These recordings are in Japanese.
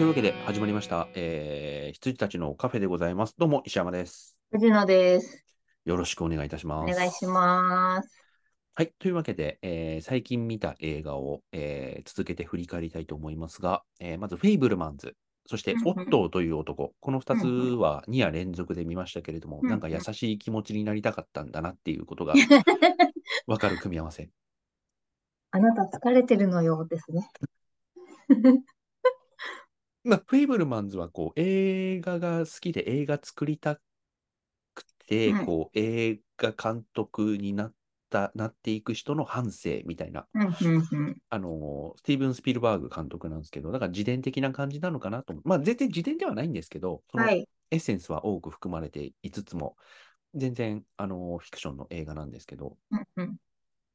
いうわけで始まりました、えー、羊たちのカフェでございます。どうも、石山です。藤野です。よろしくお願いいたしまおす。願いします。 はい。というわけで、えー最近見た映画を、えー続けて振り返りたいと思いますが、えーまず、フェイブルマンズ、そしてうん、うんオットーという男、この2つは2夜連続で見ましたけれども、うんうんなんか優しい気持ちになりたかったんだなっていう ことがわかる組み合わせ。あなた疲れてるのよですね。 まあ、フェイブルマンズはこう映画が好きで映画作りたくて、はいこう映画監督になったなっていく人の半生みたいな、うんうんうん。あのースティーブン・スピルバーグ監督なんですけど、だから自伝的な感じなのかなと思う。まあ、全然自伝ではないんですけど、そのはエい。ッセンスは多く含まれていつつも、全然、あのーフィクションの映画なんですけど、うん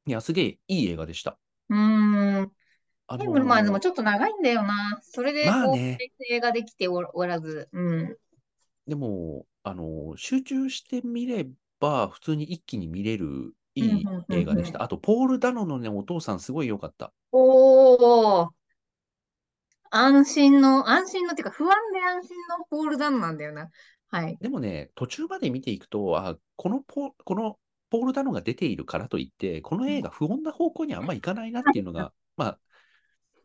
いや、すげえいい映画でした。うん。うーん。あテーブルマンズもょちょっと長いんだよな。それでまあこう、ね映画できておらおらず。うん。でも、あの、集中してみれば、普通に一気に見れるいうんうんいうんうん映画でした。あと、ポール・ダノのね、お父さん、すごい良かった。おー。安心の、安心のっていうか、不安で安心のポールダウンなんだよな。はい。でもね、途中まで見ていくと、あ、このポ、このポール・ダノが出ているからといって、この映画、不穏な方向にあんまいかないなっていうの が、まあ、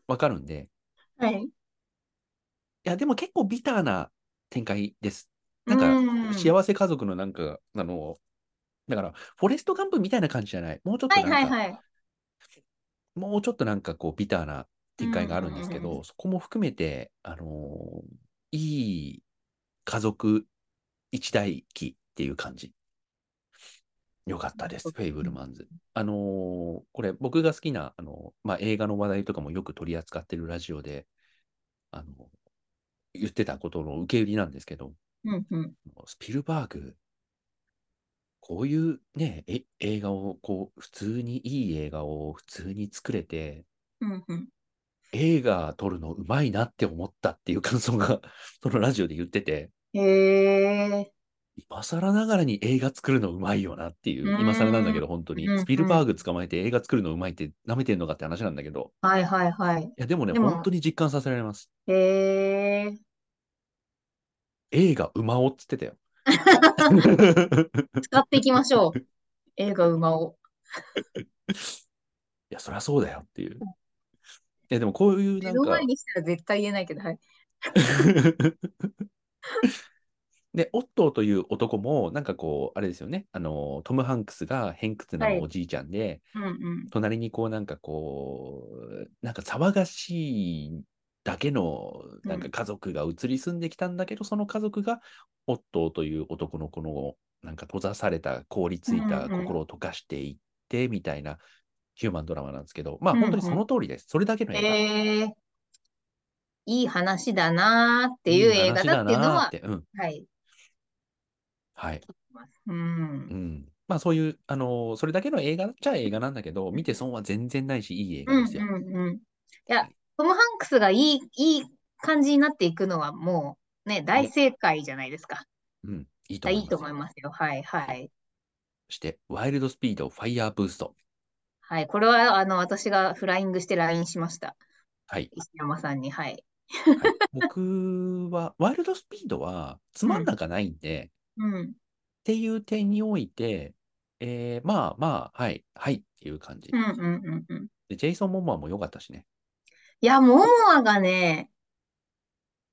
わかるんで。はい。いや、でも結構ビターな展開です。なうんか、ん幸せ家族のなんか、あの、だから、フォレスト・ガンプみたいな感じじゃない。もうちょっとはいなんはいか、はい。もうちょっとなんかこうビターな展開があるんですけうんうんど、そこも含めて、あのーいい家族一大期っていう感じ。よかったです、うんフェイブルマンズ。あのーこれ僕が好きな、あのーまあ、映画の話題とかもよく取り扱ってるラジオで、あの言ってたことの受け売りなんですけど、うんうん。スピルバーグ、こういうね、え映画を、こう、普通にいい映画を普通に作れて、うんうん。映画撮るのうまいなって思ったっていう感想が、そのラジオで言ってて、へえ。今更ながらに映画作るのうまいよなっていうう、ん今更なんだけど本当にうんう、んスピルバーグ捕まえて映画作るのうまいって舐めてんのかって話なんだけど、はいはいはい。いやでもね、でも本当に実感させられます。へえ。映画うまおっつってたよ。 使っていきましょう。 映画馬を。いや、そりゃそうだよっていう。いや、でもこういう目なんのか前、にしたら絶対言えないけど、はい。で、オットーという男も、なんかこう、あれですよね、あの、トム・ハンクスが偏屈なはいおじいちゃんで、うんうん。隣にこう、なんかこう、なんか騒がしいだけの、なんかうん家族が移り住んできたんだけど、その家族が、オットーという男の子の、なんか閉ざされた、凍りついたうんうん心を溶かしていって、みたいなヒューマンドラマなんですけど、まあ、うんうん本当にその通りです。それだけの映画。えー、いい話だなーっていう映画だっていいいうのは、話だなーってうん。はい。はい。うんう。ん。まあそういう、あのーそれだけの映画っちゃ映画なんだけど、見て損は全然ないし、いい映う画んですよ。うんうん。いや、トム・ハンクスがいい、いい感じになっていくのはもうね、大正解じゃないですか。うん。いいとい思いまや、す。いいと思いますよ。はいはい。そして、ワイルドスピード、ファイヤーブースト。はい。これは、あの、私がフライングして LINE しました。はい。石山さんに。はい。はい僕は、ワイルドスピードはつまんなかないんで、っうん。ていう点において、えー、まあまあ、はい、はいっていう感じうん。うんうんうん。でジェイソン・モモアも良かったしね。いや、モモアがね、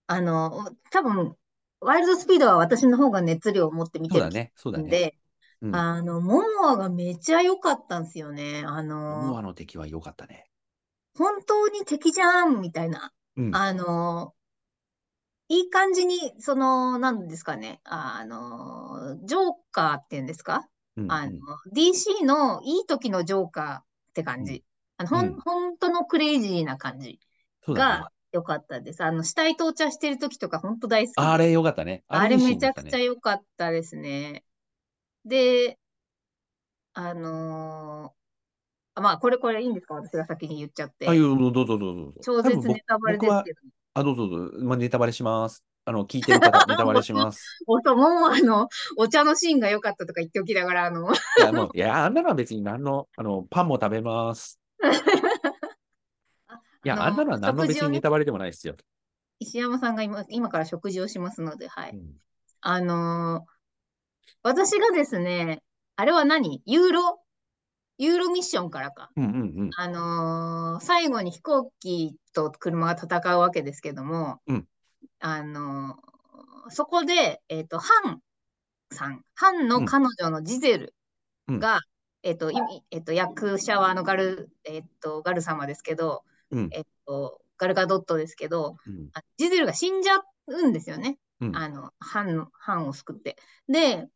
あの、多分、ワイルドスピードは私の方が熱量を持って見そうてだるね、そうだんね。で、うんあの、モモアがめちゃ良かったんですよね。モあのモ、アの敵は良かったね。本当に敵じゃんみたいな。うん。あの、いい感じに、その、なんですかね、あの、ジョーカーっていうんですかうんあうのん、 DC のいい時のジョーカーってう感んじ。あの、ほんうん本当のクレイジーな感じ。そうだねが。良かったです。あの、死体到着してる時とか本当大好きあで。れ良かったね。あれいいシーめンちだゃったくねちゃ良かったですね。で、あのーあまあ、これこれいいんですか私が先に言っちゃって。あ、いやどうぞどうぞどうぞ。超多分絶ネタバレ僕ですはけど。あ、どうぞどうぞ。まあ、ネタバレします。あの、聞いてる 方、ネタバレします。おとももあの、お茶のシーンが良かったとか言っておきながら、あの、 いや、もう、いや、あんなのは別に何の、あの、パンも食べます。いや、あのあんなのは何の別食事をにねネタバレでもないですよ。石山さんが今、今から食事をしますので、はうい。んあのー私がですね、あれは何ユーロユーロミッションからか。うんうんあのー最後に飛行機と車が戦うわけですけども、うんあのーそこで、えっと、ハンさん、ハンの彼女のジゼルが、えっと、いえっと、役者はあのガル、えっと、ガル様ですけど、うんうんえっと、ガルガドットですけど、うんあジゼルが死んじゃうんですよね。うんあの、藩の、藩を救って。で、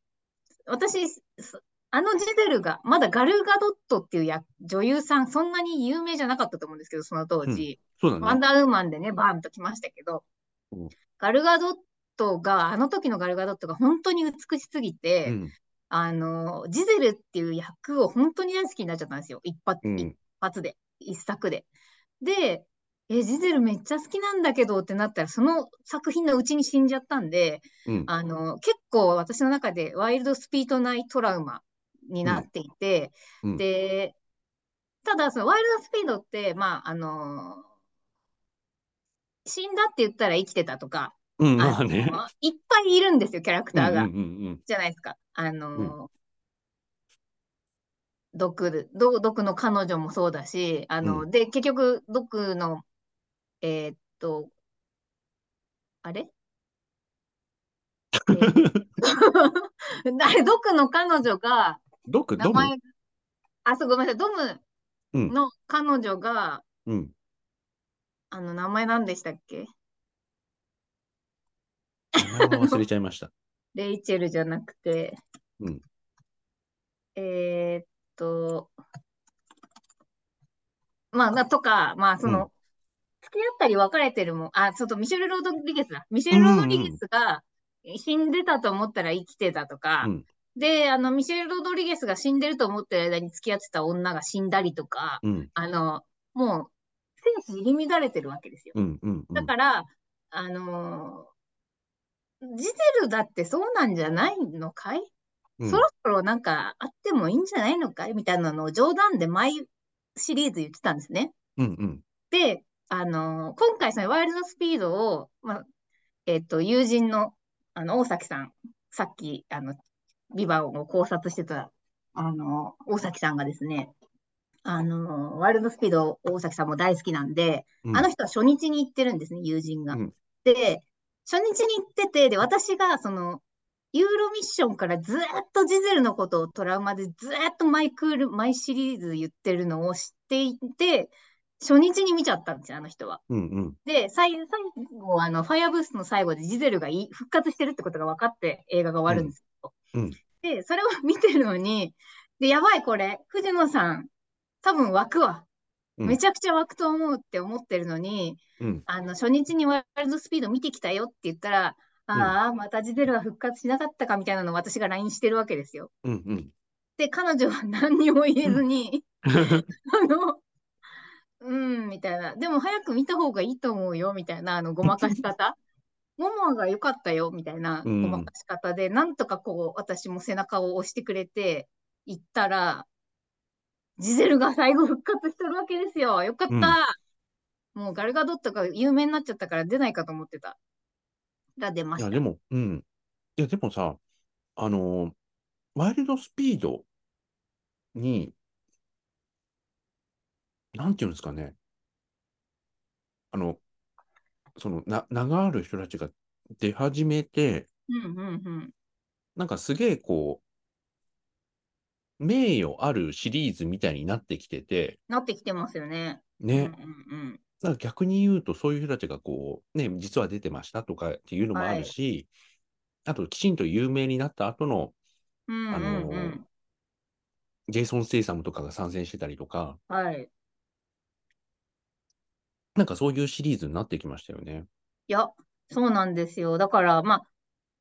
私、そあのジゼルが、まだガルガドットっていうや女優さん、そんなに有名じゃなかったと思うんですけど、その当時。そうワだンね。ダーウーマンでね、バーンと来ましたけどうん、ガルガドットが、あの時のガルガドットが本当に美しすぎて、うんあの、ジゼルっていう役を本当に大好きになっちゃったんですよ。一発、うん一発で、一作で。で、え、ジゼルめっちゃ好きなんだけどってなったら、その作品のうちに死んじゃったんで、うんあの、結構私の中でワイルドスピートナイトラウマになっていて、うんうんで、ただそのワイルドスピードって、まあ、あの、死んだって言ったら生きてたとか、うん、あまあの、ね。いっぱいいるんですよ、キャラクうタんうーんが。うんじゃないですか。あの、毒、毒毒の彼女もそうだし、あの、うで、結局、毒の、えーっと、あれえー あれ、毒の彼女が、ドク、名ドム。前、あ、そう、ごめんなさい、ドうんムの彼女が、 うん。あの、名前何でしたっけ名前は忘れちゃいました。レイチェルじゃなくて、うんえーっと、まあ、なとか、まあ、その、うん付き合ったり別れてるもん、あ、ちょっとミシェル・ロドリゲスだ。ミシェル・ロドリゲスが死んでたと思ったら生きてたとか、うんで、あの、ミシェル・ロドリゲスが死んでると思ってる間に付き合ってた女が死んだりとか、うんあの、もう、生死入り乱れてるわけですよ。うんうんうだん。から、あのージゼルだってそうなんじゃないのかい、うんそろそろなんかあってもいいんじゃないのかいみたいなのを冗談で毎シリーズ言ってたんですね。うんうんで、あのー今回そのワイルドスピードを、まあ、えっと、友人の、あの、大崎さん、さっき、あの、ビバンを考察してた、あのー大崎さんがですね、あのーワイルドスピード、大崎さんも大好きなんで、うん。あの人は初日に行ってるんですね、友人が。うんで、初日に行ってて、で、私が、その、ユーロミッションからずーっとジゼルのことをトラウマでずーっとマイクール、マイシリーズ言ってるのを知っていて、初日に見ちゃったんですよ、あの人は。うんうん。で、最最後、あの、ファイアブーストの最後でジゼルがい復活してるってことが分かって映画が終わるんですけうど。んうんで、それを見てるのに、で、やばいこれ、藤野さん、多分湧くわ。うんめちゃくちゃ湧くと思うって思ってるのに、うんあの、初日にワイルドスピード見てきたよって言ったら、んああ、またジゼルは復活しなかったかみたいなのを私が LINE してるわけですよ。うんうん。で、彼女は何にも言えずに、あの、うん、みたいな。でも早く見た方がいいと思うよ、みたいな、あの、ごまかし 方。ももが良かったよ、みたいな、うごんまかし方で、なんとかこう、私も背中を押してくれて、行ったら、ジゼルが最後復活してるわけですよ。よかった。もうガルガドットが有名になっちゃったから出ないかと思ってた。が出まいしや、た。でも、うん。いや、でもさ、あのーワイルドスピードに、なんていうんですかね。あの、その、な、名がある人たちが出始めて、うんうんうん。なんかすげえこう、名誉あるシリーズみたいになってきてて、なってきてますよね。うんね、うんうん。なんか逆に言うと、そういう人たちがこう、ね、実は出てましたとかっていうのもあるし、あと、きちんと有名になった後の、うんあのーうんうん。ジェイソン・ステイサムとかが参戦してたりとか、はい。なんかそういうシリーズになってきましたよね。いや、そうなんですよ。だから、まあ、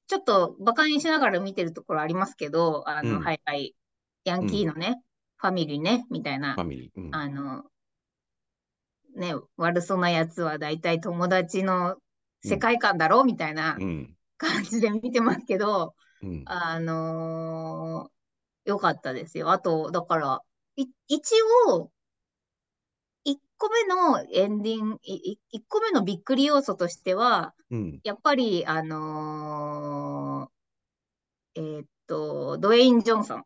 ちょっと馬鹿にしながら見てるところありますけど、あの、うんはいはい、ヤンキーのね、ファミリーね、みたいなファ、ミリー。うん、あの、ね、悪そうなやつは大体友達の世界観だろ、みたいなうん。感じで見てますけど、うん。あのー、よかったですよ。あと、だから、い、一応、一個目のエンディング、1個目のびっくり要素としては、うん。やっぱり、あのーえーっと、ドウェイン・ジョンソン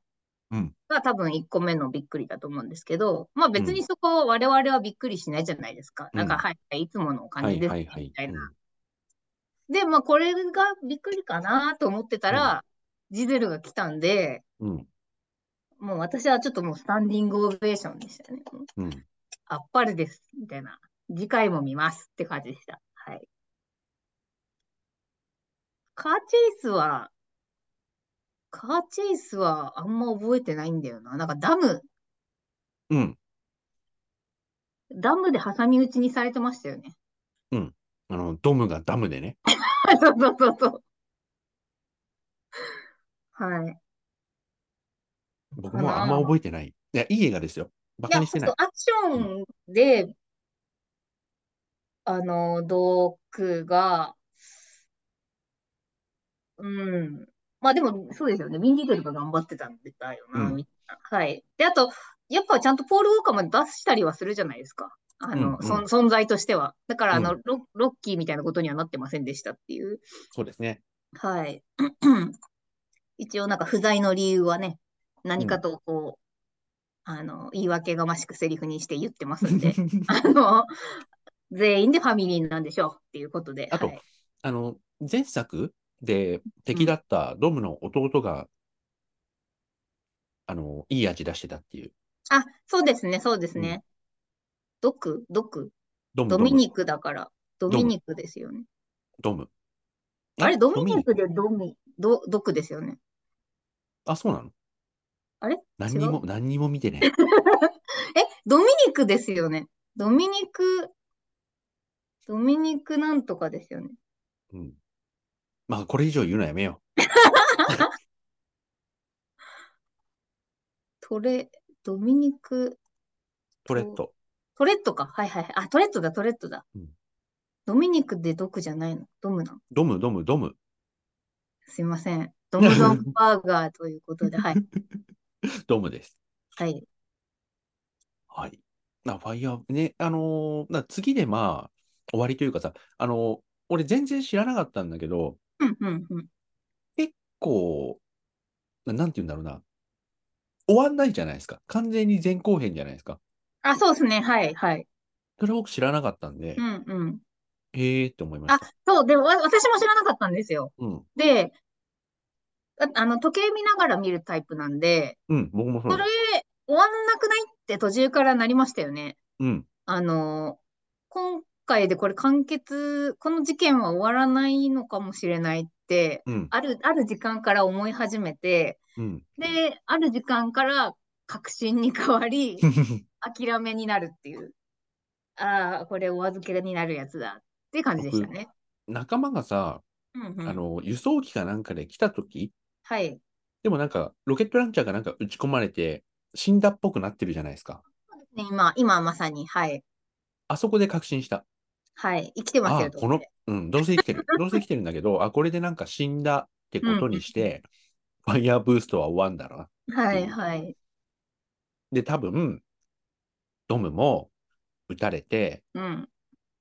うんが多分1個目のびっくりだと思うんですけど、まあ別うにそこは我々はびっくりしないじゃないですか。なんうか、んはい、はいいつものおは金いですはねいはい。みたいな。うんで、まあこれがびっくりかなと思ってたら、ジゼルが来たんで、うん。もう私はちょっともうスタンディングオベーションでしたね。うん。あっぱれです、みたいな。次回も見ますって感じでした。はい。カーチェイスは、カーチェイスはあんま覚えてないんだよな。なんかダム、うん。ダムで挟み撃ちにされてましたよね。 あの、ドムがダムでね。そうそうそうそう。はい。僕もあんま覚えてない。いや、いい映画ですよ。バいカや、にして本ない。当アクションで、あの、ドックが、うん。まあでも、そうですよね。ミンディートルが頑張ってたんだよな、うんみたいな。はい。で、あと、やっぱちゃんとポール・ウォーカーも出したりはするじゃないですか。あの、うんそん存在としては。だから、あの、うロ、ロッキーみたいなことにはなってませんでしたっていう。そうですね。はい。 一応、なんか不在の理由はね、何かとこう、あの、言い訳がましくセリフにして言ってますんで。あの、全員でファミリーなんでしょうっていうことで。 あとはいあの、前作で敵だったドムの弟が、あの、いい味出してたっていう。あ、そうですね、そうですうね。ドク、ドク、ドム、ドドムミ、ニクだから、ドムミニクですよね。ドム。あれ、ドミニクでドミ、ド、ドクですよね。あ、そうなのあれ何にも、何にも見て ね。え、ドミニクですよね。ドミニク、ドミニクなんとかですよね。うん。まあ、これ以上言うのやめよトレ、ドミニク、う。トレット。トレットか。はいはいはい。あ、トレットだ、トレットだうん。ドミニクでドクじゃないの。ドムなの。ドム、ドム、ドム。すいま せん。ドムドムバーガーということで、はい。ドムです。はい。はい。な、ファイヤー、ね、あのーな次でまあ、終わりというかさ、あのー俺全然知らなかったんだけど、うんうんうん。結構、ななんて言うんだろうな。終わんないじゃないですか。完全に前後編じゃないですか。あ、そうですね。はい、はい。それ僕知らなかったんでう、ん、うん。へえーって思いましあた。、そう、でも、わ私も知らなかったんですよ。うん。で、あ、あの、時計見ながら見るタイプなんで、うん、僕もそうそなれの。、終わんなくないって途中からなりましたよね。うん。あの、今回でこれ完結、この事件は終わらないのかもしれないって、うん。ある、ある時間から思い始めて、うん。 で、ある時間から確信に変わり、諦めになるっていう。ああ、これお預けになるやつだって感じでしたね。仲間がさ、うんうん。あの、輸送機かなんかで来た時はい。でもなんか、ロケットランチャーがなんか撃ち込まれて、死んだっぽくなってるじゃないですか。ね今、今まさに、はい。あそこで確信した。はい。生きてますあよ、あ、とこの、うん、どうせ生きて る。どうせ生きてるんだけど、あ、これでなんか死んだってことにして、ファイヤーブーストは終わんだろうな。はい、はい。で、多分、ドムも撃たれて、うん。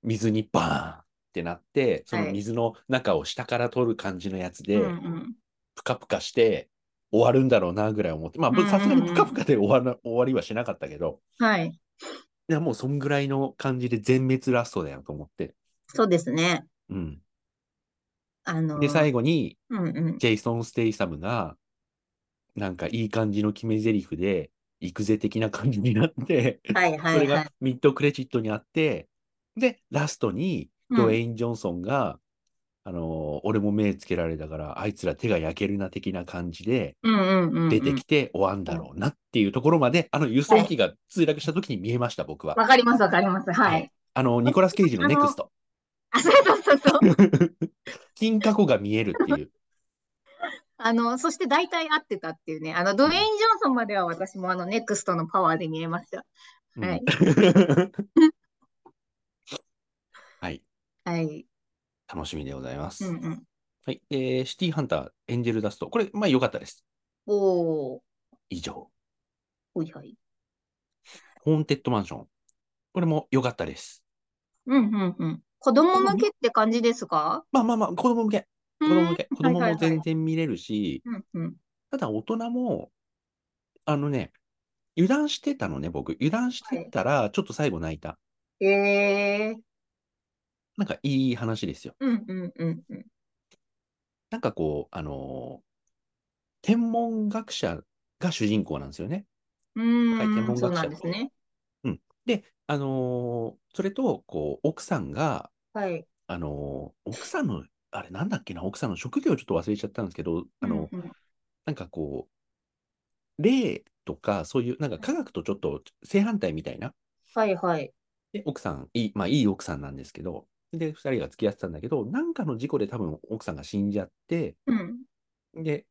水にバーンってなって、その水の中を下から取る感じのやつうん、で、うん。ぷかぷかして終わるんだろうなぐらい思って、まうんうんうんあ、さすがにぷかぷかで終わら終わりはしなかったけど、はい。いや、もうそんぐらいの感じで全滅ラストだよと思って。そうですね。うん。あので、最後に、うん、うん。ジェイソン・ステイサムが、なんかいい感じの決め台詞で、行くぜ的な感じになって、はい、はそれい、はいが。ミッドクレジットにあって、で、ラストにドウェイン・ジョンソンが、あのー俺も目つけられたから、あいつら手が焼けるな的な感じでうん、うん、うん、うん。出てきて終わんだろうなっていうところまで、あの輸送機が墜落した時に見えました、僕は。わかります、わかります。はい。あの、ニコラス・ケイジのネクスト。あ、そうそうそうそう。金過去が見えるって いう。あの、そして大体合ってたっていうね。あの、ドウェイン・ジョンソンまでは私もあの、ネクストのパワーで見えました。うんはいはい。はい。 楽しみでございます。うん、うん。はい。えーシティハンター、エンジェルダスト。これ、まあ良かったです。おー、以上。ほいはい。ホーンテッドマンション。ここれも良かったです。うんうんうん。子供向けって感じですかまあまあまあ、子供向け。子供向け。うん子供はいもはいはい全然見れるし、うんうん。ただ大人も、あのね、油断してたのね、僕。油断してたら、ちょっと最後泣いた。ええなんかいい話ですよ。うんうんうんうん。なんかこう、あのー天文学者が主人公なんですよね。う若い天ー文ん、そう学な者んですね。で、あのーそれと、こう、奥さんが、はい。あのー奥さんの、あれなんだっけな、奥さんの職業ちょっと忘れちゃったんですけど、あのうんうんなんかこう、霊とか、そういう、なんか科学とちょっと正反対みたいな。はいはい。で、奥さん、いい、まあいい奥さんなんですけど、で、二人が付き合ってたんだけど、なんかの事故で多分奥さんが死んじゃって、うん。で、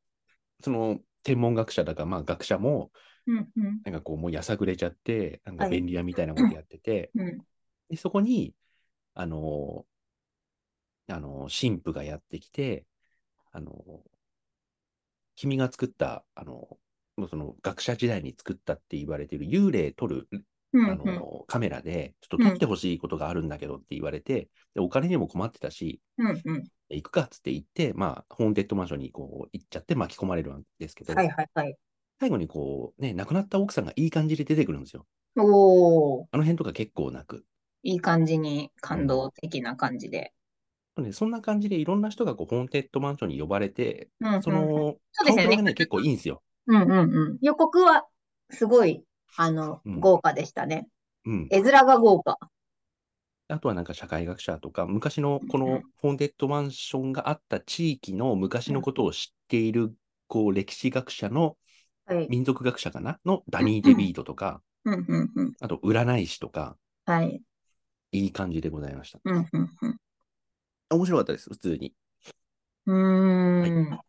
その天文学者だか、まあ学者も、うんうん。なんかこう、もうやさぐれちゃって、なんかはい便利屋みたいなことやってて、うん。で、そこに、あのーあのー神父がやってきて、あのー君が作った、あのーもうその学者時代に作ったって言われている幽霊撮るうんあうん。の、カメラで、ちょっと撮ってほしいことがあるんだけどって言われて、でお金にも困ってたし、うんうん。行くかっつって行って、まあ、ホーンテッドマンションにこう行っちゃって巻き込まれるんですけど、はいはいはい。最後にこう、ね、亡くなった奥さんがいい感じで出てくるんですよ。おー、あの辺とか結構泣く。いい感じに感動的な感じで。でそんな感じでいろんな人がこうホーンテッドマンションに呼ばれて、うんうん。その、そうですよね顔ぶれがね、結構いいんですよ。うんうんうん。予告はすごい、あの、うん豪華でしたね。うん。絵面が豪華。あとはなんか社会学者とか、昔のこのホーンテッドマンションがあった地域の昔のことを知っている、こう、歴史学者のはい。民族学者かなのダニー・デビートとか、うんうんうん。あと占い師とか、はい。いい感じでございました。うんうん面白かったです、普通に。うん。うーん。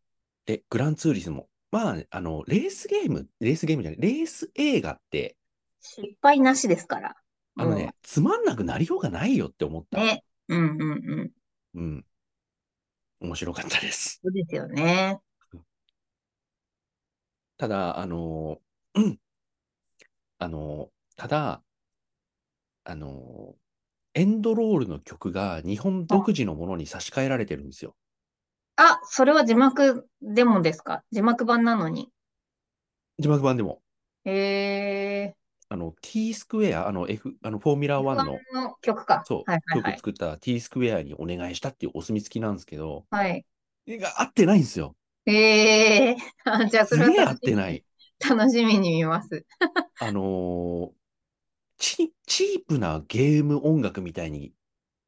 で、グランツーリスモ。まあ、あの、レースゲーム、レースゲームじゃない、レース映画って、失敗なしですから。あのね、つまんなくなりようがないよって思っもう。た。ね。うんうんうん。うん。面白かったです。そうですよね。ただ、あの、うん。あの、ただ、あの、エンドロールの曲が日本独自のものに差し替えられてるんですよ。あ、それは字幕でもですか字幕版なのに。字幕版でも。えあの T スクエア、あの F、あのフォーミュラー1のー、の曲か。そう、はいはいは曲い。作った T スクエアにお願いしたっていうお墨付きなんですけど、はい。が合ってないんですよ。えー、 あじゃあそすれはげえ合っ楽しみてない。楽しみに見ます。あのーチ、チープなゲーム音楽みたいに、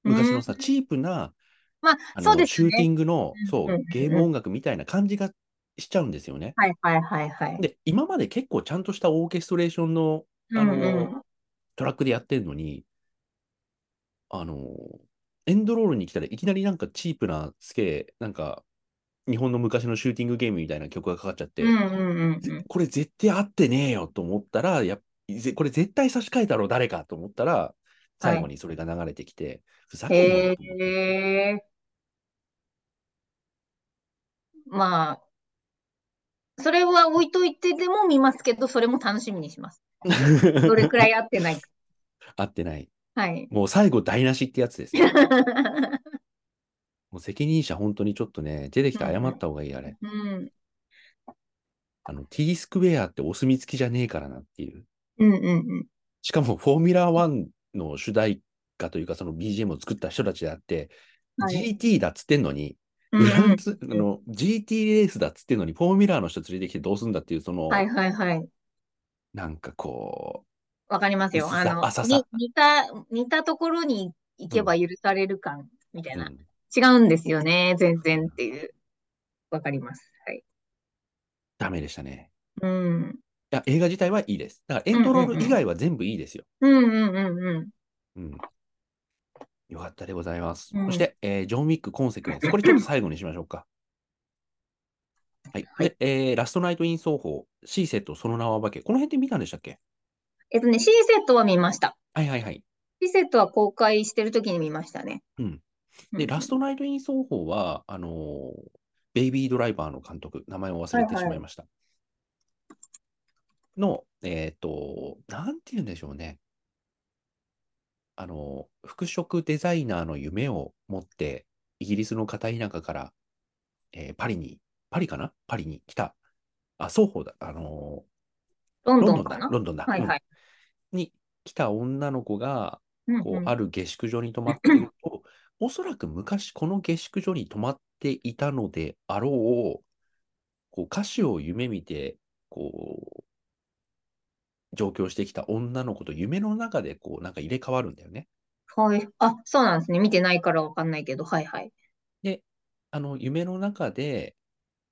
昔のさ、チープな、まあ、あそうのですシューテね。ィングの、うんうんそうんううん、ゲーム音楽みたいな感じがしちゃうんですよね。はいはいはいはい。で、今まで結構ちゃんとしたオーケストレーションのあのうんうんトラックでやってるのに、あのー、エンドロールに来たらいきなりなんかチープなすげえ、なんか日本の昔のシューティングゲームみたいな曲がかかっちゃって、うんうんうんうん。これ絶対合ってねえよと思ったら、やっぜこれ絶対差し替えたろ、誰かと思ったら、最後にそれが流れてきて、ふざけんなよと思ってへえ。まあ、それは置いといてでも見ますけど、それも楽しみにし ます。どれくらい合ってないか。 合ってない。はい。 もう最後台無しってやつですよ。もう責任者本当にちょっとね、出てきて謝った方がいい、あれ。うん。あの、T スクエアってお墨付きじゃねえからなっていう。うんうんうん。しかも、フォーミュラー1の主題歌というか、その BGM を作った人たちであって、はい。 GT だっつってんのに、うんうグランん。ツあの GT レースだっつってんのに、フォーミュラーの人連れてきてどうすんだっていう、その、はいはいはい。なんかこわかりますよ。薄さあの、浅さに似た、似たところに行けば許される感みたう、いうな。ん違うんですよね。全然っていう。わかります。はい。ダメでしたね。うん。いや、映画自体はいいです。だからエンドロール以外は全部いいですよ。うんうんうんうん。うん。よかったでございます。うんそして、えージョン・ウィック・コンセクエンス。これちょっと最後にしましょうか。はい。はいで、えーラストナイト・イン・奏法、シーセット、その名は化け。この辺で見たんでしたっけえっとね、シーセットは見ました。はいはいはい。シーセットは公開してる時に見ましたね。うん。で、ラストトナイト・イン・奏法は、あのーベイビードライバーの監督、名前を忘れてしまいました。の、えっ、と、なんて言うんでしょうね。あの、服飾デザイナーの夢を持って、イギリスの片田舎から、えーパリに、パリかなパリに来た。あ、双方だ。あのロンロンドドンンかだ、なロンドンだ。はいはい。うんに来た女の子が、うんこうう、ん。ある下宿所に泊まっている と、おそらく昔この下宿所に泊まっていたのであろう、こう、歌手を夢見て、こう、上京してきた女の子と夢の中で、こう、なんか入れ替わるんだよね。はい。あ、そうなんですね。見てないからわかんないけど、はいはい。で、あの、夢の中で、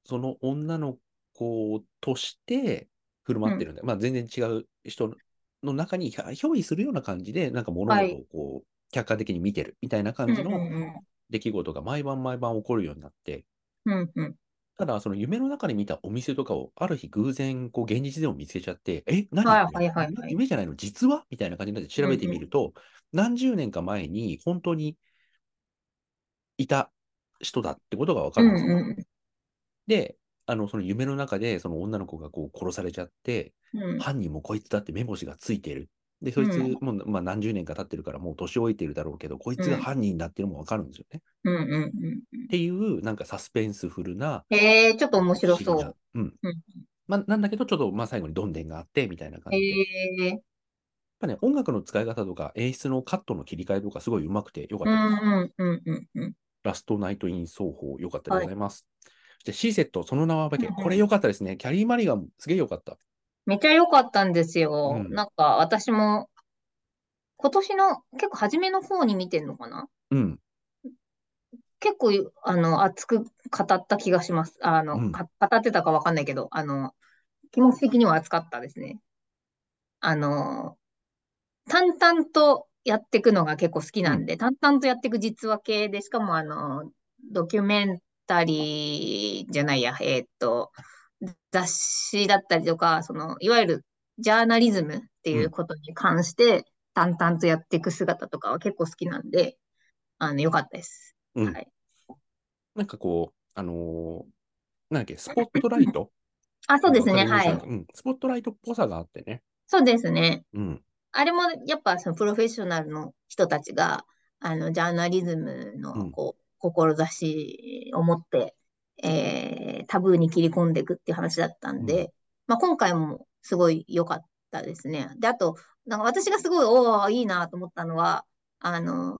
その女の子として振るう舞ってん。るんだよ。まあ、全然違う人の中にひゃ憑依するような感じで、なんか物は事い。をこう、客観的に見てるみたいなう感んじうのん出来事が毎晩毎晩起こるようになって、うん。うんうん。ただ、その夢の中で見たお店とかを、ある日偶然、こう、現実でも見つけちゃって、え、何はいこれはいはい夢はい。夢じゃないの実はみたいな感じになって調うべんてうみん。ると、何十年か前に本当にいた人だってことがわかうるんんですよ。うんで、あの、その夢の中で、その女の子がこう殺されちゃって、うん。犯人もこいつだって目星がついてる。で、そうんいうん。つ、もう、まあ、何十年か経ってるから、もう年老いてるだろうけど、こいうつがん犯人だっていうのもわかるんですよね。っうんうんうん。ていう、なんかサスペンスフルな、えー、ちょっとあの、面不白思議な、そうん。う。うん。まあ、なんだけど、ちょっと、まあ、最後にどんでんがあって、みたいな感じで。やっえー、ぱね、音楽の使い方とか、演出のカットの切り替えとか、すごい上手くてよかっうたです。んうんうんうんうん。ラストナイト・イン奏法、良かったではござい。います。そして C セット、その名はうけ、んこうれん。良かったですね。キャリー・マリガン、すげえ良かった。めっちゃ良かったんですうよ。ん。なんか私も今年の結構初めの方に見てんのかなうん。結構、あの、熱く語った気がします。あうの、ん。か語ってたかわかんないけど、あの、気持ち的には熱かったですね。あの、淡々とやっていくのが結構好きうなんん。で、淡々とやっていく実話系で、しかもあの、ドキュメンタリーじゃないや、えーっと、雑誌だったりとか、その、いわゆるジャーナリズムってう。いうんことに関して、淡々とやっていく姿とかは結構好きなんで、あの、良かったです。うはん。い。なんかこう、あのーなんだっけ、スポットライトあ、 そうあでの、す風ね。見優はさんが、い。うん、スポットライトっぽさがあってね。そうですね。うん。あれもやっぱそのプロフェッショナルの人たちがあのジャーナリズムうのん。こう志を持って、えータブーに切り込んでいくっていう話だったうんん。で、まあ、今回もすごい良かったですね。で、あと、なんか私がすごい、おお、いいなと思ったのは、あの、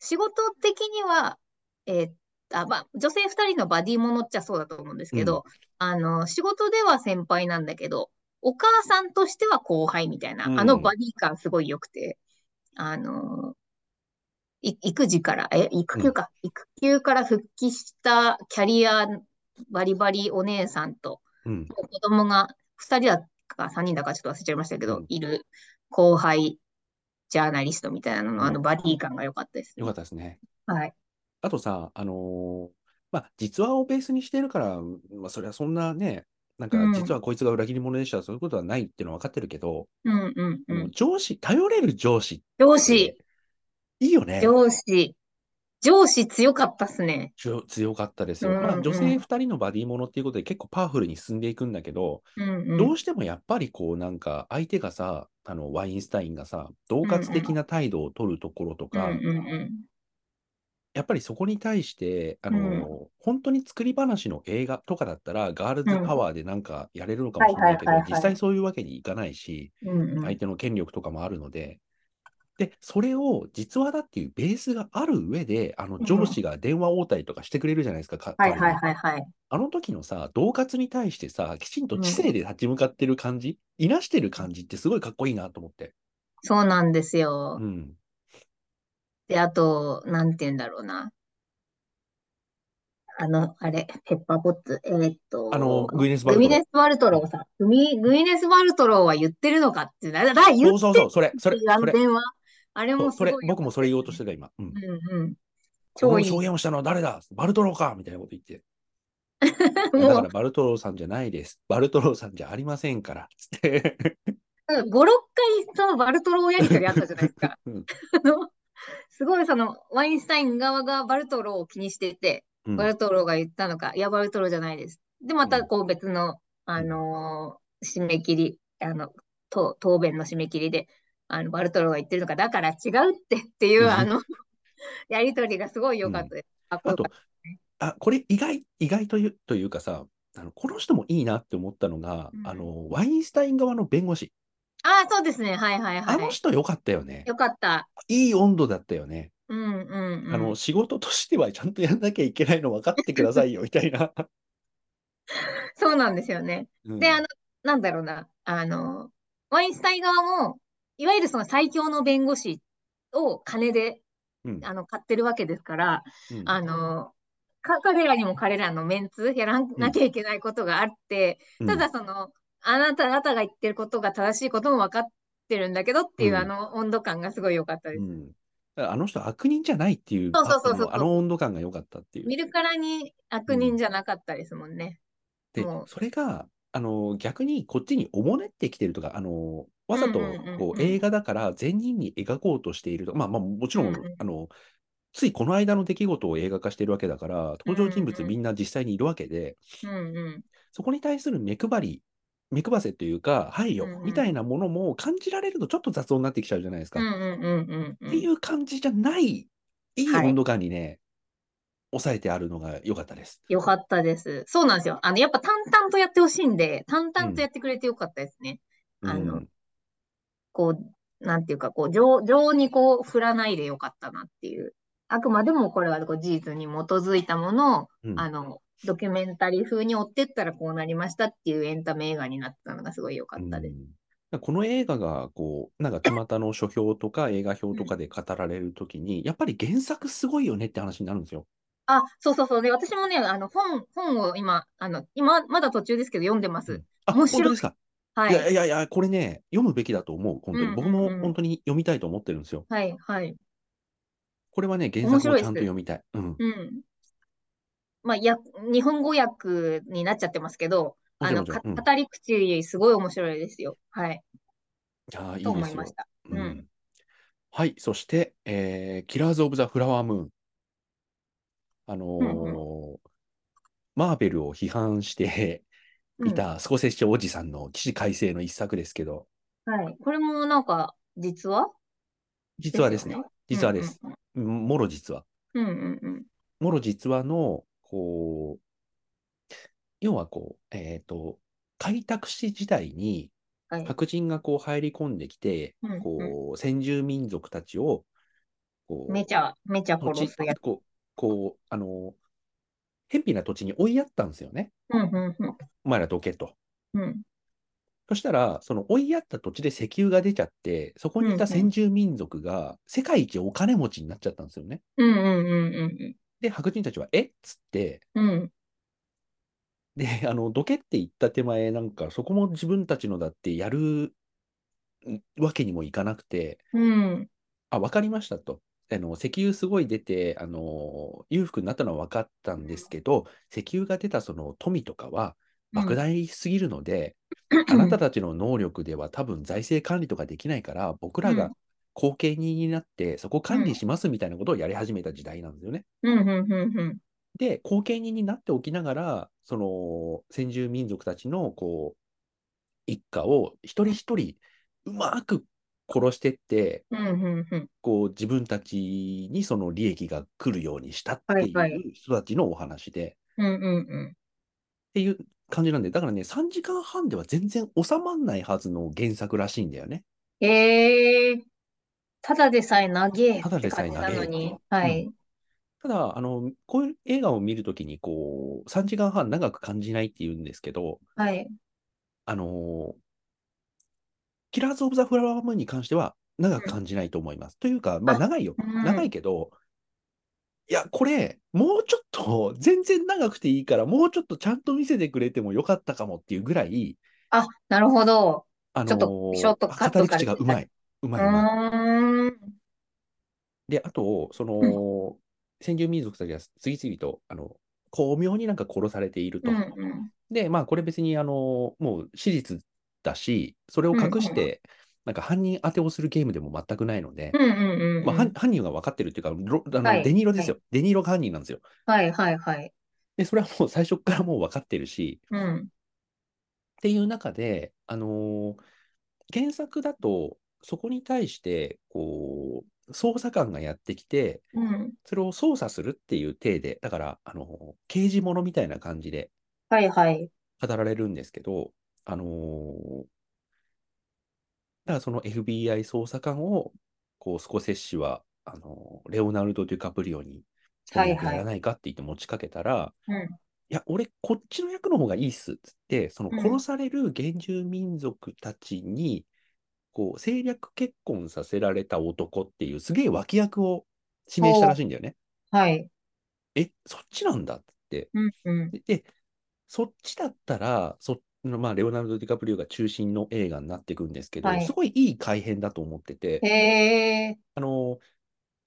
仕事的には、えーあ、まあ、女性2人のバディものっちゃそうだと思うんですうけん。ど、あの、仕事では先輩なんだけど、お母さんとしては後輩みたいうな、あのバん。ディ感すごい良くて、あの、い育児から、え、育う休ん。か、育休から復帰したキャリアバリバリお姉さんと、うん。もう子供が2人だか3人だかちょっと忘れちゃいましたけうど、ん。いる後輩ジャーナリストみたいなのの、うあんのバディ感が良かったですよかっね。たですね。はい。あとさ、あのーまあ、実話をベースにしてるから、まあ、それはそんなね、なんうか、ん。実はこいつが裏切り者でした、そういうことはないっていうのは分かってるけど、うんうんあうの、ん。上司、頼れる上司っ上て、司、いいよね。上司、上司強かったっすね。ちょ強かったですうよ。まあ、ん女う性ん。 2人のバディものっていうことで結構パワフルに進んでいくんだけど、うんうどん。うしてもやっぱりこうなんか相手がさ、あのワインスタインがさ、恫うん喝う的ん。な態度を取るところとうんか、うんやっぱりそこに対して、あうん。の、本当に作り話の映画とかだったら、ガールうん。ズうん。パワーでなんかやれるのかもはいしれはないいけはど、い実はい。際そういうわけにいかないし、うんう相ん。手の権力とかもあるので、で、それを実話だっていうベースがある上で、あのう上ん。司が電話応対とかしてくれるじゃないですか、かは代いわりはいに。はいはい。あの時のさ、恫喝に対してさ、きちんとう知ん。性で立ち向かってる感じ、いなしてる感じってすごいかっこいいなと思って。そうなんですうよ。ん。で、あと、なんて言うんだろうな。あの、あれ、ペッパーポッツ。えーっあの、と、グイネス・バグルトミネロ。ス・バルトうロんーさん。グミ、グミネス・バルトローは言ってるのかっていう、だ、だ、言っそうそうてそう、それ、っそてれ、いうあそのれ、電話。あれそもう、そすれ、ごい良僕かっもそたれで言おうすとしてね。た、今。うん。うんうん。こ超のいい。証言をしたのは誰だバルトローかみたいなこと言って。いや、だか もらう、バルトローさんじゃないです。バルトローさんじゃありませんから。 つって。 5、6回そのバルトローやりとりあったじゃないです か。うん。あの、すごいそのワインスタイン側がバルトローを気にしていて、うバん。ルトローが言ったのか、いや、バルトローじゃないです。で、まうたん。こう別の、うあん。のー締め切り、あの、と答弁の締め切りで、あの、バルトロが言ってるのか、だから違うってっていうう、んあの、 やりとりがすごい良かったです。かっこあよとかった。、あ、これ意外、意外という、というかさ、あの、この人もいいなって思ったのが、うんあの、ワインスタイン側の弁護士。ああ、そうですね。はいはいはあのい。人良かったよね。よかった。いい温度だったよね。うんうんあうんの、。仕事としてはちゃんとやんなきゃいけないの分かってくだ さいよ、みたいな。そうなんですよね。うんで、あの、なんだろうな、あの、ワインスタイン側も、いわゆるその最強の弁護士を金で、うんあの、買ってるわけですから、うんあの、か彼らにも彼らのメンツやらなきゃいけないことがあって、うんただその、あなた方が言ってることが正しいことも分かってるんだけどっていう、うんあの温度感がすごい良かったでうす。ん。あの人悪人じゃないっていう、そうそうそあうあそうのあの温度感が良かったっていう。見るからに悪人じゃなかったですもんね。でもう、それが、あの、逆にこっちにおもねってきてるとか、あの、わざとうんうんうんうんこう映画だから善人に描こうとしているとか、まあまあもちろうんんうん、あの、ついこの間の出来事を映画化してるわけだから、登場人うんう物んみんな実際にいるわけで、うんうん。そこに対する目配り、目配せというか、配うんう慮んみたいなものも感じられるとちょっと雑音になってきちゃうじゃないですうか。んうんうんうんうん。っていう感じじゃない、いいはい温度感にね、抑えてあるのが良かったです。よかったです。そうなんですよ。あの、やっぱ淡々とやってほしいんで、淡々とやってくれてよかったですね。うんあのこう、なんていうか、こう、情、情にこう、振らないでよかったなっていう。あくまでもこれはこう事実に基づいたものを、うんあの、ドキュメンタリー風に追ってったらこうなりましたっていうエンタメ映画になってたのがすごい良かったです。うんこの映画が、こう、なんか、巷の書評とか映画評とかで語られるときに、やっぱり原作すごいよねって話になるんですよ。あ、そうそうそう。で、私もね、あの、本、本を今、あの、今、まだ途中ですけど読んでまうすん。あ、面本白い当ですか。はいい。やいやいや、これね、読むべきだと思う、本当に。うんうん僕も本当に読みたいと思ってるんですよ。はい、はい。これはね、原面作白をいちですゃんと読みたい。うん。うん。まあ、や、日本語訳になっちゃってますけど、もあちろんもちの、ろんかうん語り口すごい面白いですよ。はい。いやーいといで思いすまよし。た。ううんん。はい、そして、えーキラーズ・オブ・ザ・フラワームーン。あのーマーベルを批判してうんいたスコセッシュおじさんの起死回生の一作ですけど、はい。これもなんか、実は実はですね、実はです。。よもろ実は。うんうんうん。もろ実はの、こう、要はこう、えっ、と、開拓史時代にはい。白人がこう入り込んできて、うんうんこう、先住民族たちを、こう、めちゃ、めちゃ土殺地すやつ。こう、こう、あの、偏僻な土地に追いやったんですよね。うんうんうんお前らどけと。うん。そしたら、その追いやった土地で石油が出ちゃって、そこにいた先住民族が世界一お金持ちになっちゃったんですよね。うんうんうんで、白人たちは、えっつって、うんうん。で、あの、どけって言った手前、なんか、そこも自分たちのだってやるんわけにもいかなくて、うん。うん。あ、わかりましたと。あの石油すごい出て、あの裕福になったのは分かったんですけど、石油が出たその富とかは、莫大すぎるので、あなたたちの能力では多分財政管理とかできないから、僕らうがん後継人になって、そこ管理しますみたいなことをやり始めた時代なんですよね。うんうんうんうん。で、後継人になっておきながら、その先住民族たちのこう一家を一人一人うまく殺してって、うんうんうん。こう自分たちにその利益が来るようにしたっていはいはう人たちのお話で、っうんうんうん。ていう感じなんで、だからね、3時間半では全然収まんないはずの原作らしいんだよね。ええただでさえ長えただってでさ感えじ長なえのに。はい。ただ、あの、こういう映画を見るときに、こう、3時間半長く感じないって言うんですけど、はい。あのキラーズ・オブ・ザ・フラワームーンに関しては長く感じないと思います。というか、まああ長いよ。うん長いけど、いや、これ、もうちょっと、全然長くていいから、もうちょっとちゃんと見せてくれてもよかったかもっていうぐらい、あ、なるほど。あのちょっとショートカット語り口さがれてうたまい。ううまい、うまい。ーん。で、あと、その、先住民族たちが次々と、あの、巧妙になんか殺されていると。うんうん。で、まあ、これ別に、あの、もう史実だし、それを隠して、なんか犯人当てをするゲームでも全くないので、うんうんうんうん。まあ、犯犯人が分かってるっていうか、ロあのはいデニーロですよ。デニーロが犯人なんですよ。はいはいはい。で、それはもう最初からもう分かってるし、うん。っていう中で、あのー原作だと、そこに対して、こう、捜査官がやってきて、うん。それを捜査するっていう体で、だから、あの、刑事ものみたいな感じではいはい。語られるんですけど、あのーだからその FBI 捜査官を、こう、スコセッシは、あのーレオナルド・デュカプリオに、このはい役はいやらないかって言って持ちかけたら、うん。いや、俺、こっちの役の方がいいっすっつって、そのうん殺される原住民族たちに、こう、政略結婚させられた男っていう、すげえ脇役を指名したらしいんだよね。はい。え、そっちなんだっつって。うんうん。で、でそっちだったら、そまあ、レオナルド・ディカプリオが中心の映画になっていくんですけど、はいすごいいい改編だと思ってて、へえ。あの、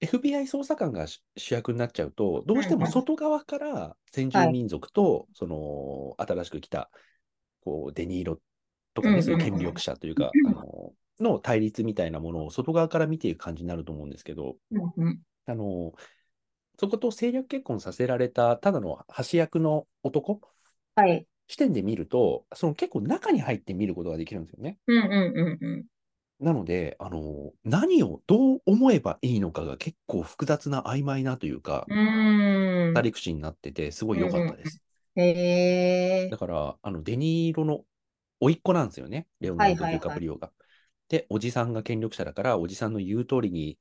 FBI 捜査官が主主役になっちゃうと、どうしてうんもうん外側から先住民族と、その、新しく来た、こう、デニーロとかうんうね、んうんそういう権力者というか、あの、の対立みたいなものを外側から見ていく感じになると思うんですけど、うんうん。あの、そこと政略結婚させられた、ただの橋役の男はい。視点で見ると、その結構中に入って見ることができるんですよね。うんうんうんうん。なので、あの、何をどう思えばいいのかが結構複雑な曖昧なというか、うーん語り口になってて、すごい良かったです。へえだ。から、あの、デニーロの甥っ子なんですよね、レオナルド・はいはいはいデュカプリオが。で、おじさんが権力者だから、おじさんの言う通りに、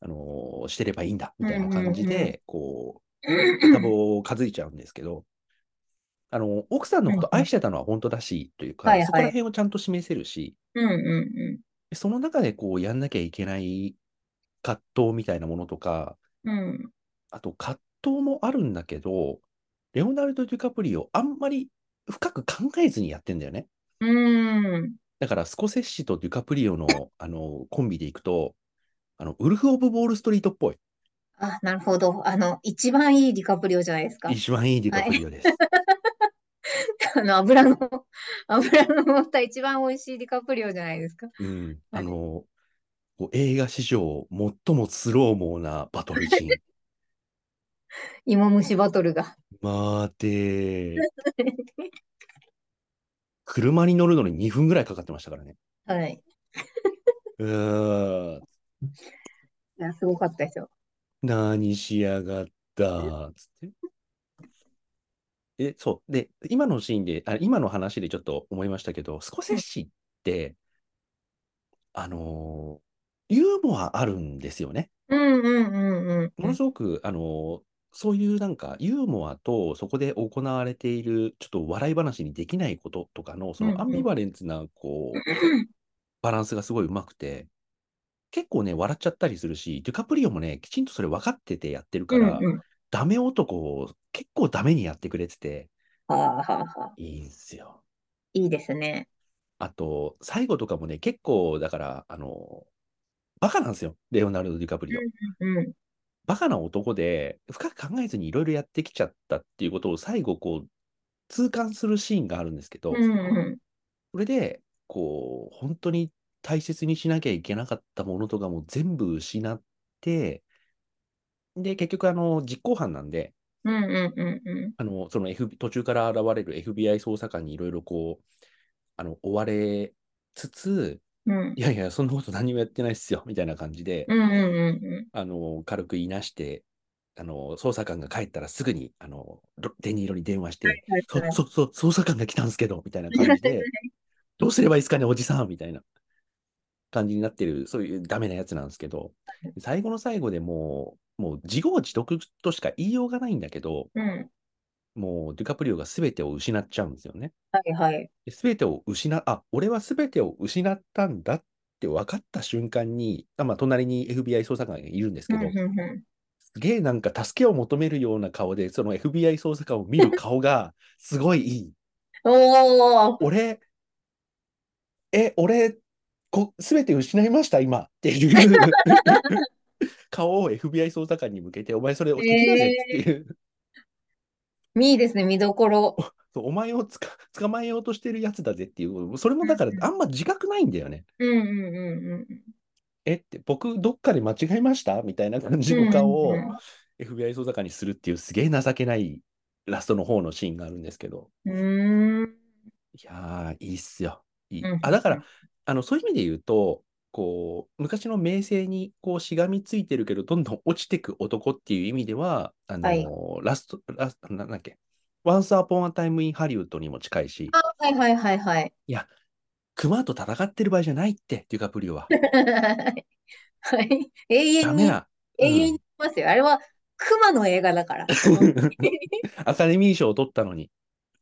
あのーしてればいいんだ、みたいな感じうんうんうんで、こ う、多忙を数えちゃうんですけど、あの、奥さんのこと愛してたのは本当だし、というか、はいはいそこら辺をちゃんと示せるし、うんうその中でこうやんなきゃいけない葛藤みたいなものとか、んうん。うん。あと葛藤もあるんだけど、レオナルド・デュカプリオあんまり深く考えずにやってんだよね。うーん。だからスコセッシとデュカプリオのあのコンビでいくと、あのウルフ・オブ・ウォール・ストリートっぽい。あ、なるほど。あの、一番いいディカプリオじゃないですか。一番いいデュカプリオです。 あの、油の、油の乗った一番美味しいディカプリオじゃないですか。うん。あの、こう映画史上最もスローモーなバトルシーン。芋虫バトルが。 待てー。車に乗るのに2分ぐらいかかってましたからね。はい。うーん。いや、すごかったですよ。何しやがったつって。え、そう。で、今のシーンで、あ、今の話でちょっと思いましたけど、スコセッシって、あのーユーモアあるんですよね。うんうんうんうもんの。すごく、あのーそういうなんかユーモアとそこで行われているちょっと笑い話にできないこととかのそうんうんのアンビバレンスなこう バランスがすごいうまくて結構ね笑っちゃったりするしデュカプリオもねきちんとそれ分かっててやってるかうんらうん。ダメ男を結構ダメにやってくれてて、はあはあはあ。いいんすよ。いいですね。あと、最後とかもね、結構、だから、あの、バカなんですよ、レオナルド・ディカプリオ。うん。バカな男で、深く考えずにいろいろやってきちゃったっていうことを最後、こう、痛感するシーンがあるんですけど、うんうん。それで、こう、本当に大切にしなきゃいけなかったものとかも全部失って、で、結局、あの、実行犯なんで、うんうんうんうん。あの、その、F、途中から現れる FBI 捜査官にいろいろこう、あの、追われつつ、うんいやいや、そんなこと何もやってないっすよ、みたいな感じで、うんうんうんあの、軽く言いなして、あの、捜査官が帰ったらすぐに、あの、ロデニーロに電話して、はいそはい、そ、そ、捜査官が来たんすけど、みたいな感じ で、どうすればいいですかね、おじさんみたいな感じになってる、そういうダメなやつなんですけど、最後の最後でもう、もう自業自得としか言いようがないんだけど、うん。もうデュカプリオが全てを失っちゃうんですよね。はいはい。で全てを失、あ、俺は全てを失ったんだって分かった瞬間に、あまあ、隣に FBI 捜査官がいるんですうけんど、うんうん。すげえなんか助けを求めるような顔で、その FBI 捜査官を見る顔がすごいい い。おー。俺、え、俺、こ、全て失いました、今っていう 顔を FBI 捜査官に向けて、お前それを敵だぜっていう、いいですね、見どころ。そうお前をつか 捕まえようとしてるやつだぜっていう、それもだからあんま自覚ないんだよね。うんうんうんうん。えって、僕、どっかで間違えましたみたいな感じの顔を FBI 捜査官にするっていう、すげえ情けないラストの方のシーンがあるんですけど、うんうんうん。うーん。いやー、いいっすよ。いいうんあだから、あのそういう意味で言うと、こう、昔の名声にこうしがみついてるけど、どんどん落ちてく男っていう意味では、あのはいラスト、ラスト、ななんだっけ、Once Upon a Time in Hollywood にも近いし、はいはいはいはい。熊と戦ってる場合じゃないって、デュカプリオは。はい。永遠ダメに、だ。永遠に言いますよ。あれは、熊の映画だから。アカデミー賞を取ったのに。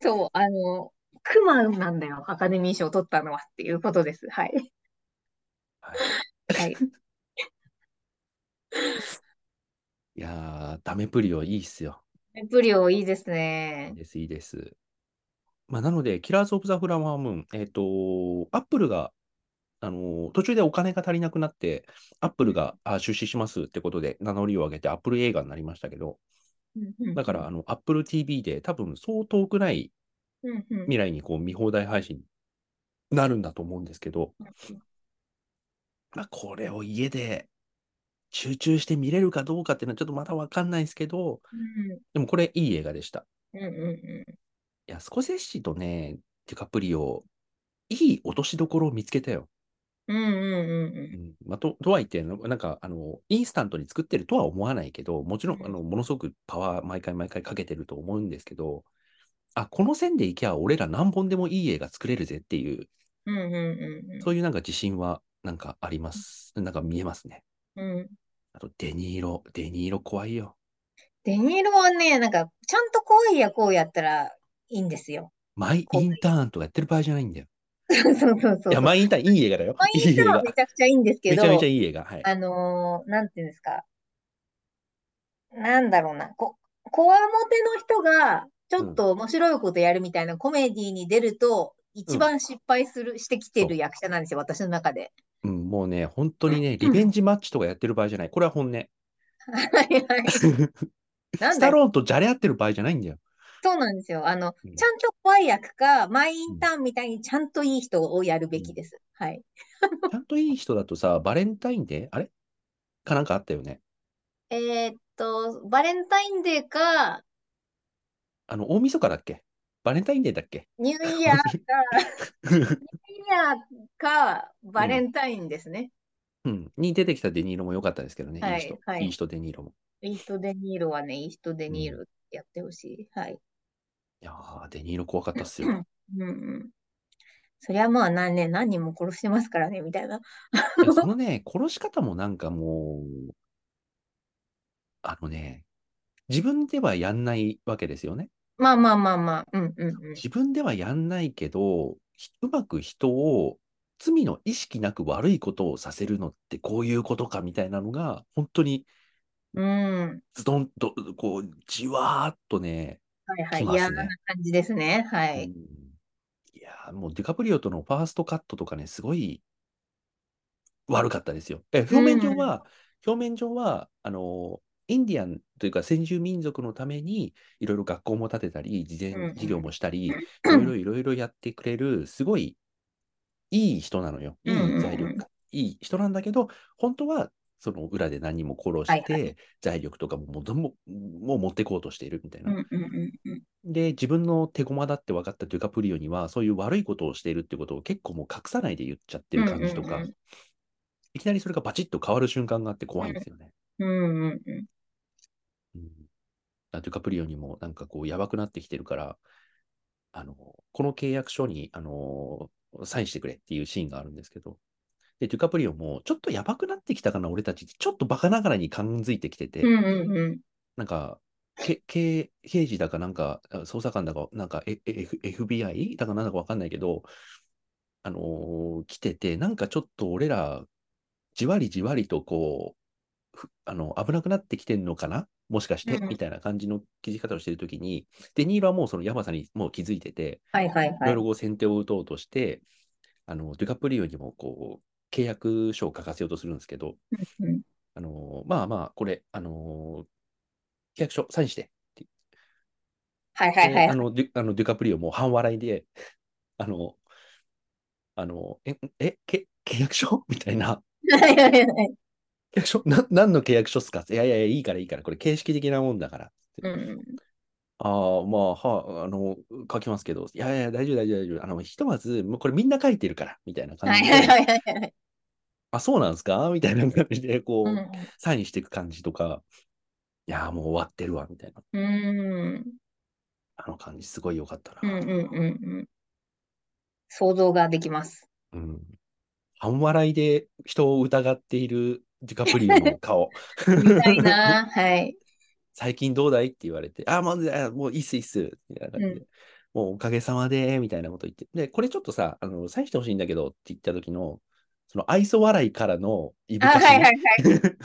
そう、あの、熊なんだよ。アカデミー賞を取ったのはっていうことです。はい。はいはい。いやー、ダメプリオいいっすよ。プリオいいですいいね。です、いいです。まあ、なので、キラーズ・オブ・ザ・フラワームーン、えっ、と、アップルが、あのー途中でお金が足りなくなって、アップルがあ出資しますってことで名乗りを上げて、アップル映画になりましたけど、うんうんだから、あの、アップル TV で多分、そう遠くないうんうん未来にこう見放題配信になるんだと思うんですけど、まあ、これを家で集中して見れるかどうかっていうのはちょっとまだわかんないですけど、うんでもこれいい映画でした。うんうんいや、スコセッシとね、デュカプリオ、いい落としどころを見つけたよ。うんうんうんうんうんまあ、ととはいってな、なんかあの、インスタントに作ってるとは思わないけど、もちろんあのものすごくパワー、毎回毎回かけてると思うんですけど、あこの線でいけば、俺ら何本でもいい映画作れるぜっていう、うんうんうんうんそういうなんか自信は、なんかあります。なんか見えますね。うんあと、デニーロ、デニーロ怖いよ。デニーロはね、なんか、ちゃんとこうやこうやったらいいんですよ。マイ・インターンとかやってる場合じゃないんだよ。そうそうそうそう。いや、マイ・インターンいい映画だよマ。イいいン映ターン画は。めちゃくちゃいいんですけめちど、ゃめちゃいい映画。はい。あのーなんていうんですか。なんだろうな。こ、こわもての人が、ちょっと面白いことやるみたいなコメディに出ると、一番失敗する、してきてる役者なんですよ、私の中で。うん、もうね、本当にね、リベンジマッチとかやってる場合じゃない。これは 本音。はいはい。 なんスだタろう。ローンとじゃれ合ってる場合じゃないんだよ。そうなんですよ。あの、うんちゃんと怖い役か、マイインターンみたいにちゃんといい人をやるべきです。はい。ちゃんといい人だとさ、バレンタインデーあれかなんかあったよね。えーっと、バレンタインデーか、あの、大晦日だっけバレンタインデーだっけニューイヤーか、ニューイヤーか、バレンタインですね。うん。に出てきたデニーロも良かったですけどね。はいい人。はいい人デニーロも。イースト・デ・ニーロはね、イースト・デ・ニーロやってほしい。はい。いやー、デニーロ怖かったっすうよ。んうん。そりゃまあ何ね、何人も殺してますからね、みたいな。い やそのね、殺し方もなんかもう、あのね、自分ではやんないわけですよね。まあまあまあまあ、うんうんうん。自分ではやんないけど、ひうまく人を罪の意識なく悪いことをさせるのってこういうことかみたいなのが、本当にうん。ズドンと、こう、じわーっとね、はいはい。きますね嫌な感じですね。はういん。いやーもうディカプリオとのファーストカットとかね、すごい悪かったですよ。え表面上は、表面上は、あのー、インディアンというか先住民族のためにいろいろ学校も建てたり、事うんう前ん事業もしたり、いうんろいろいろいろやってくれる、すごいいい人なのよ。いうんうんういん財力家、いい人なんだけど、本当はその裏で何人も殺はいしはて、財力とかももうどんももう持ってこうとしているみたいうな。んうんうんうん。で、自分の手駒だって分かったデュカプリオには、そういう悪いことをしているってことを結構もう隠さないで言っちゃってる感じとか、うんうんうんいきなりそれがバチッと変わる瞬間があって怖いんですよね。うんうんううん。んだからデュカプリオにもなんかこうやばくなってきてるから、あの、この契約書に、あの、サインしてくれっていうシーンがあるんですけど、で、デュカプリオも、ちょっとやばくなってきたかな、俺たちって、ちょっとバカながらに感づいてきてて、うんうんうん。なんか、け刑刑事だかなんか、あ捜査官だか、なんか、ええ F- FBI だかなんだかわかんないけど、あのー来てて、なんかちょっと俺ら、じわりじわりとこう、ふあの、危なくなってきてんのかなもしかして、うんみたいな感じの記じ方をしてるときに、デニーロはもうそのヤバさにもう気づいてて、はいはいいはろいい。ろこう先手を打とうとして、あの、デュカプリオにもこう、契約書を書かせようとするんですけど、うんうんあのーまあまあ、これ、あのー契約書サインしてって言ってはいはいはいであはい。のデュあのデュカプリオも半笑いで、 あの、あの、え、え、け契約書 みたいな。はいはいはい。契約書な何の契約書っすかいやいやいや、いいからいいから、これ形式的なもんだから。うんうん。ああ、まあ、は、あの、書きますけど、いやいや、大丈夫、大丈夫、大丈夫。あの、ひとまず、もうこれみんな書いてるから、みたいな感はいじはいで、はいはいはい。あ、そうなんですかみたいな感じで、こう、うん。サインしていく感じとか、いやーもう終わってるわ、みたいな、うん。うんあの感じ、すごい良かったうんな。うんうん。想像ができ ます。うん。半笑いで人を疑っているディカプリオの 顔。みたいな。はい。最近どうだいって言われて、あ、もう、あもういいっす、いいっす、みたいな感じで、うもうおかげさまで、みたいなこと言って、で、これちょっとさ、あの、サインしてほしいんだけどって言った時の、その愛想笑いからのいぶあ、かはしいはいはい。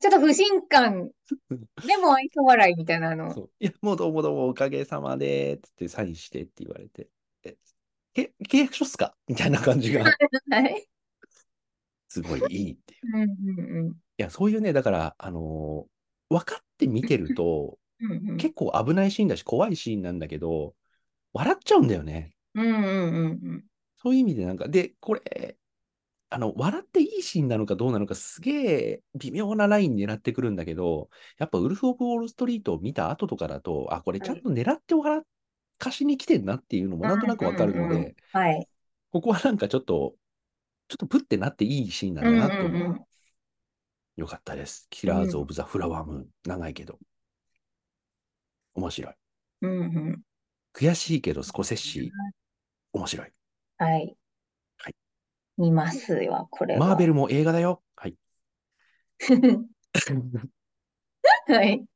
ちょっと不信感。でも愛想笑いみたいなの。そういや、もうどうもどうも、おかげさまで、つってサインしてって言われて、え、け契約書っすか みたいな感じが、はい。すごいいいっていう。うんうんうん。いや、そういうね、だから、あのー分かって見てると、うんうん結構危ないシーンだし、怖いシーンなんだけど、笑っちゃうんだよね。うんうんうんそういう意味でなんか、で、これ、あの、笑っていいシーンなのかどうなのか、すげえ微妙なライン狙ってくるんだけど、やっぱウルフ・オブ・ウォール・ストリートを見た後とかだと、あ、これちゃんと狙って笑かしに来てんなっていうのもなんとなくわかるのうんうんうんで、はい。ここはなんかちょっと、ちょっとプってなっていいシーンなんだなってうんうん思うう。よかったです。キラーズ・オブ・ザ・フラワームーン。長いけど。面白い。うんうん。悔しいけど、スコセッシー。面白い。はいはい。見ますよ、これマーベル。ルも映画だよ。はい。 はい。